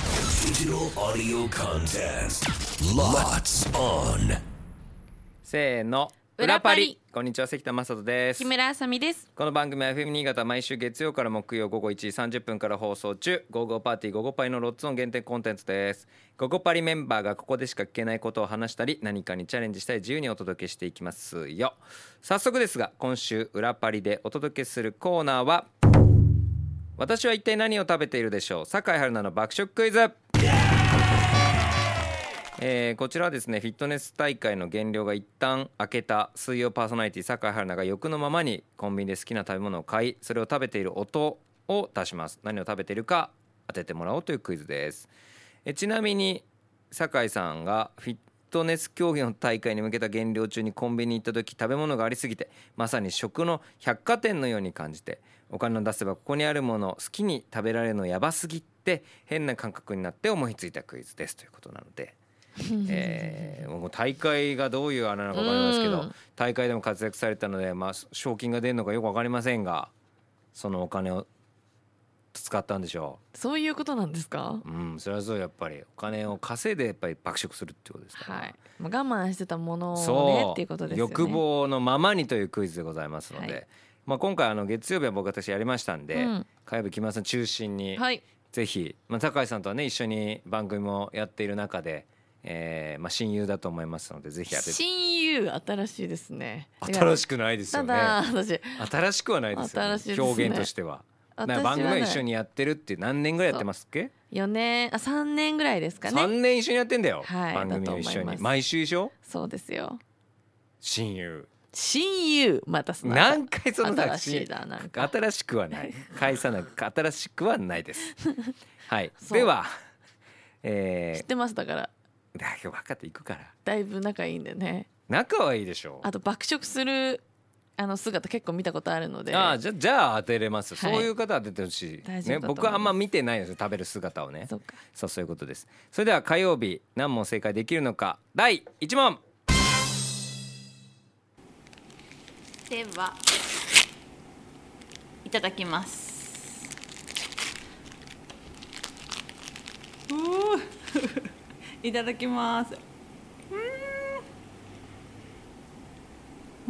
Digital audio contest. Lots on. せーの裏パリこんにちは関田正人です木村あさみです。この番組は FM 新潟毎週月曜から木曜午後1時30分から放送中「午後パーティー午後パリ」のロッツオン限定コンテンツです午後パリメンバーがここでしか聞けないことを話したり何かにチャレンジしたり自由にお届けしていきますよ早速ですが今週裏パリでお届けするコーナーは私は一体何を食べているでしょう酒井春菜の爆食クイズえーこちらはですねフィットネス大会の減量が一旦明けた水曜パーソナリティ酒井春菜が欲のままにコンビニで好きな食べ物を買いそれを食べている音を出します何を食べているか当ててもらおうというクイズです、えーちなみに酒井さんがフィットネス競技の大会に向けた減量中にコンビニに行った時食べ物がありすぎてまさに食の百貨店のように感じてお金を出せばここにあるものを好きに食べられるのやばすぎて変な感覚になって思いついたクイズですということなので。えーもう大会がどういうあれなのか分かりますけうどん大会でも活躍されたので、まあ、賞金が出るのかよく分かりませんがそのお金を使ったんでしょそういうことなんですかう、。うん、それはそうやっぱりお金を稼いでやっぱり爆食するってことですから、はい。まあ我慢してたものをねそっていうことですよね。欲望のままにというクイズでございますので、はいまあ、今回あの月曜日は僕私やりましたんで、うん火曜日木村さん中心に、はい。ぜひ、まあ、高橋さんとはね一緒に番組もやっている中で、えーまあ、親友だと思いますのでぜひ当てて親友新しいですね。新しいしくないですよたねだ私新しくはないですよ、ね新しいですね表現としては私なはんか番組は一緒ねにやってるっていう何年ぐらいやってますっけ、四年あ三年ぐらいですか三ね。年一緒にやってんだよ、はい番組を一緒だと思いにます毎週でしょそうですよ。親友親友またその後何回その新しいだなんか。新しくはない返さなく新しくはないです はいそうでは知っえてますだからー、だけど分かっていくからだいぶ仲いいんでね。仲はいいでしょうあと爆食するあの姿結構見たことあるので。ああじゃじゃあ当てれます、はいそういう方は当ててほしい大丈夫ねだと思います僕はあんま見てないんですよ食べる姿をねそっか。そうそういうことですそれでは火曜日何問正解できるのか第1問ではいただきますうーいただきますうーん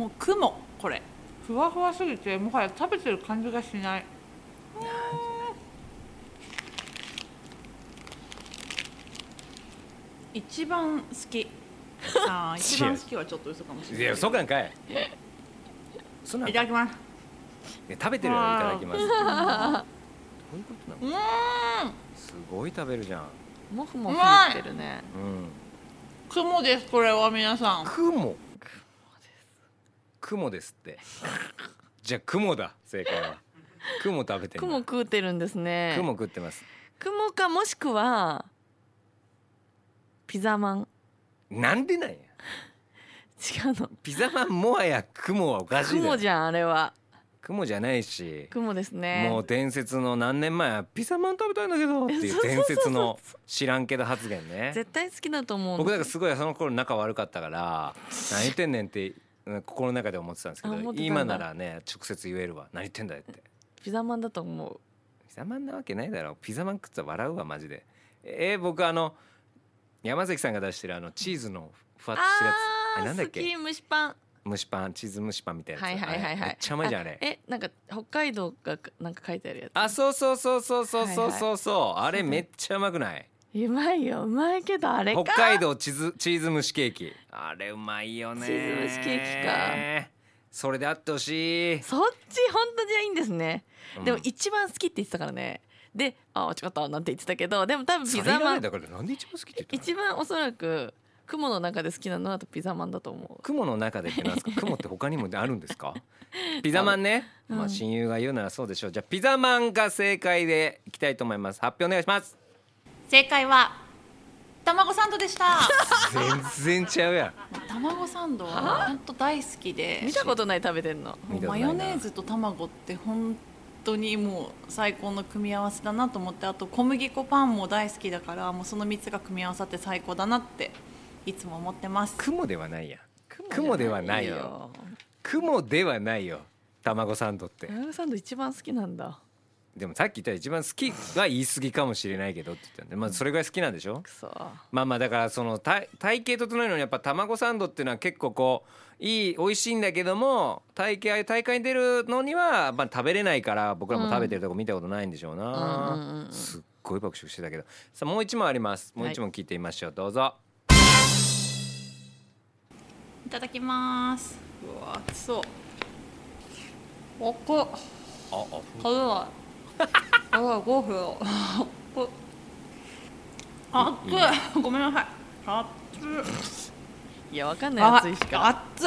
もう雲これふわふわすぎてもはや食べてる感じがしない一番好 きあー一番好きはちょっと嘘かもしいやれない嘘かんかいそんなんいいたやだきます食べてるよいただきますどういうことなのうーんすごい食べるじゃんもふもふ言ってるね。うん雲ですこれは皆さん雲雲ですってじゃあ雲だ正解は雲食べてる雲食うてるんですね。雲食ってます雲かもしくはピザマンなんでなんや違うのピザマンもはや雲はおかしいだろ雲じゃんあれは雲じゃないし雲ですねもう伝説の何年前ピザマン食べたいんだけどっていう伝説の知らんけど発言ね絶対好きだと思う僕なんかすごいその頃仲悪かった から何言ってんねんってうん心の中で思ってたんですけあ思どってたんだ今ならね直接言えるわ何言ってんだよってピザマンだと思うピザマンなわけないだろピザマン食ったら笑うわマジでえー、僕あの山崎さんが出してるあのチーズのふわっとしたやつああれーなんだっ好けき蒸しパン蒸しパンチーズ蒸しパンみたいなはいやつはいはいあれはいめっちゃうまいじゃんあれえなんか北海道がなんか書いてあるやつあそうそうそうそうそうそうそうそうあれめっちゃうまくないうまいようまいけどあれか北海道チーズチーズ蒸しケーキあれうまいよねチーズ蒸しケーキかそれであってほしい、そっち本当じゃいいんですね、うんでも一番好きって言ってたからねであー違ったなんて言ってたけどでも多分そピれがザマねンだからなんで一番好きって言ったの一番おそらく雲の中で好きなのはあとピザマンだと思う雲の中でってなん ですか雲って他にもあるんですかピザマンね、うんまあ親友が言うならそうでしょうじゃあピザマンが正解でいきたいと思います発表お願いします正解は卵サンドでした 全然ちゃうやん卵サンドは本当大好きで見たことない食べてんのもうマヨネーズと卵って本当にもう最高の組み合わせだなと思ってあと小麦粉パンも大好きだからもうその3つが組み合わさって最高だなっていつも思ってます雲ではないやん雲ではないよ雲ではないよ卵サンドってマヨネーズサンド一番好きなんだでもさっき言った一番好きは言い過ぎかもしれないけどって言ったんで、まあ、それぐらい好きなんでしょくそまあまあだからその体体型整えるのにやっぱ卵サンドっていうのは結構こういい美味しいんだけども体型大会に出るのにはまあ食べれないから僕らも食べてるとこ見たことないんでしょうな、うんうんうんうんすっごい爆食してたけどさあもう一問ありますもう一問聞いてみましょう、どうぞいただきますうわ熱そうおこああ食べないあら5分をあっつごめんなさいあっいやわかんつないやつしあかっつ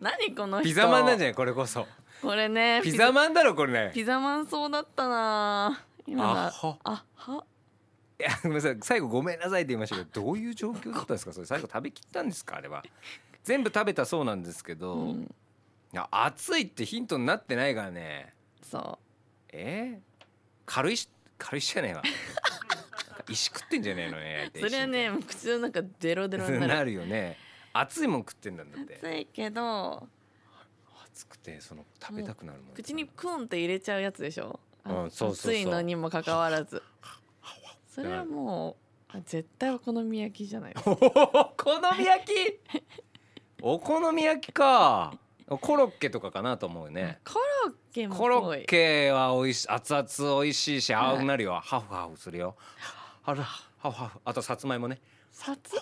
何この人ピザマンなんじゃないこれこそこれねピザマンだろこれねピザマンそうだったな今あはあはいやごめんなさい最後ごめんなさいって言いましたけどどういう状況だったんですかそれ最後食べきったんですかあれは全部食べたそうなんですけど、いや暑いってヒントになってないからねそえー、軽いし軽いしじゃねえわ 石食ってんじゃねえのね 焼いうたそ石れは ねもう口の中デロデロにななるるよね熱いもん食ってんだんだって熱いけど熱くてその食べたくなるもん口にクンって入れちゃうやつでしょあうんそうそうそう熱いのにもかかわらずそれはもうあ絶対お好み焼きじゃないですかお好み 焼きお好み焼きかコロッケとかかなと思うね、コロッケもコロ濃ッいケは美味しい熱々美味しいしはい青くなるよ、ハフハフするよあらハフハフあとさつまいもねさつっ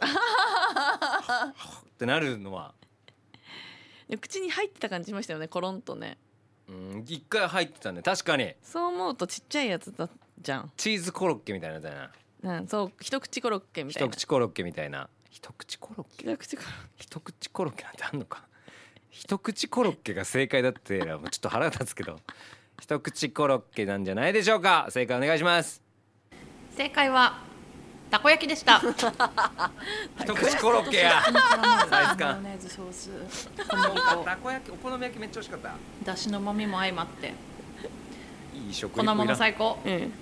てなるのはでも口に入ってた感じしましたよねコロンとねうん一回入ってたね確かにそう思うとちっちゃいやつだじゃん、チーズコロッケみたいなやつだなうん、そう一口コロッケみたい一な口コロッケみたいな一口コロッケ一口コロッ一口コロッケなんてあんのか一口コロッケが正解だってのはもうちょっと腹立つけど一口コロッケなんじゃないでしょうか正解お願いします正解はたこ焼きで した一口コロッケやサイズマヨ感ネーズソース小麦粉たこ焼きお好み焼きめっちゃ美味しかっただしのまみも相まっていい食粉もの最高ケ、うん、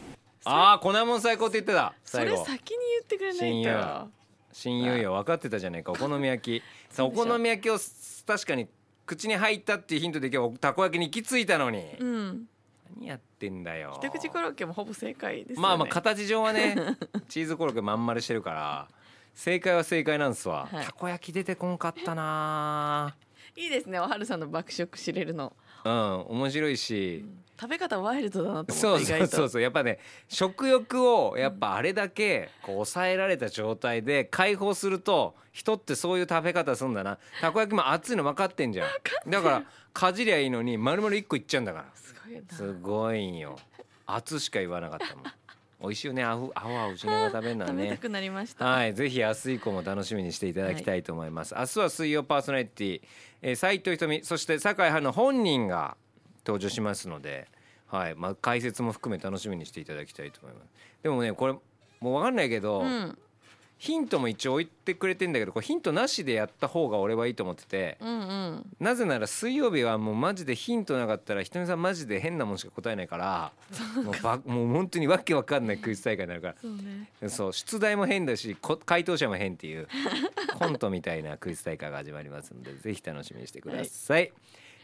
ああ粉もん最高って言ってたそ最れ後先に言ってくれないと親友よ分かってたじゃないかお好み焼きさあおそうでしょ好み焼きをす確かに口に入ったっていうヒントでいけばたこ焼きに行き着いたのに、うん何やってんだよ一口コロッケもほぼ正解ですよねまあまあ形上は ねチーズコロッケまん丸してるから正解は正解なんですわ、はいたこ焼き出てこんかったないいですねおはるさんの爆食知れるのうん面白いし、食べ方ワイルドだなとそ思っうて意そう外そうとそうやっぱね食欲をやっぱあれだけこう抑えられた状態で解放すると人ってそういう食べ方するんだなたこ焼きも熱いの分かってんじゃんだからかじりゃいいのに丸々1個いっちゃうんだからすごいなすごいんよ熱しか言わなかったもん美味しいよねあふあわあふしながら食べるのは食べたねくなりました、はい、ぜひ明日以降も楽しみにしていただきたいと思います。明日は水曜パーソナリティ、えー、斉藤ひとみ、そして酒井春の本人が登場しますので、はい、まあ解説も含め楽しみにしていただきたいと思います。でもね、これもうわかんないけど、うんヒントも一応置いてくれてんだけど、これヒントなしでやった方が俺はいいと思ってて、うんうんなぜなら水曜日はもうマジでヒントなかったらひとみさんマジで変なもんしか答えない から、もうばもう本当にわけわかんないクイズ大会になるから。そうねそう出題も変だしこ回答者も変っていう コントみたいなクイズ大会が始まりますのでぜひ楽しみにしてください、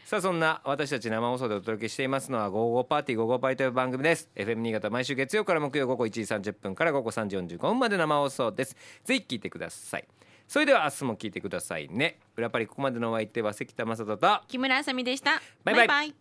さあそんな私たち生放送でお届けしていますのは「午後パーティー午後パイ」という番組です FM 新潟毎週月曜から木曜午後1時30分から午後3時45分まで生放送ですぜひ聞いてくださいそれでは明日も聞いてくださいね裏パリここまでのお相手は関田正人と木村あさみでしたバイバイバイ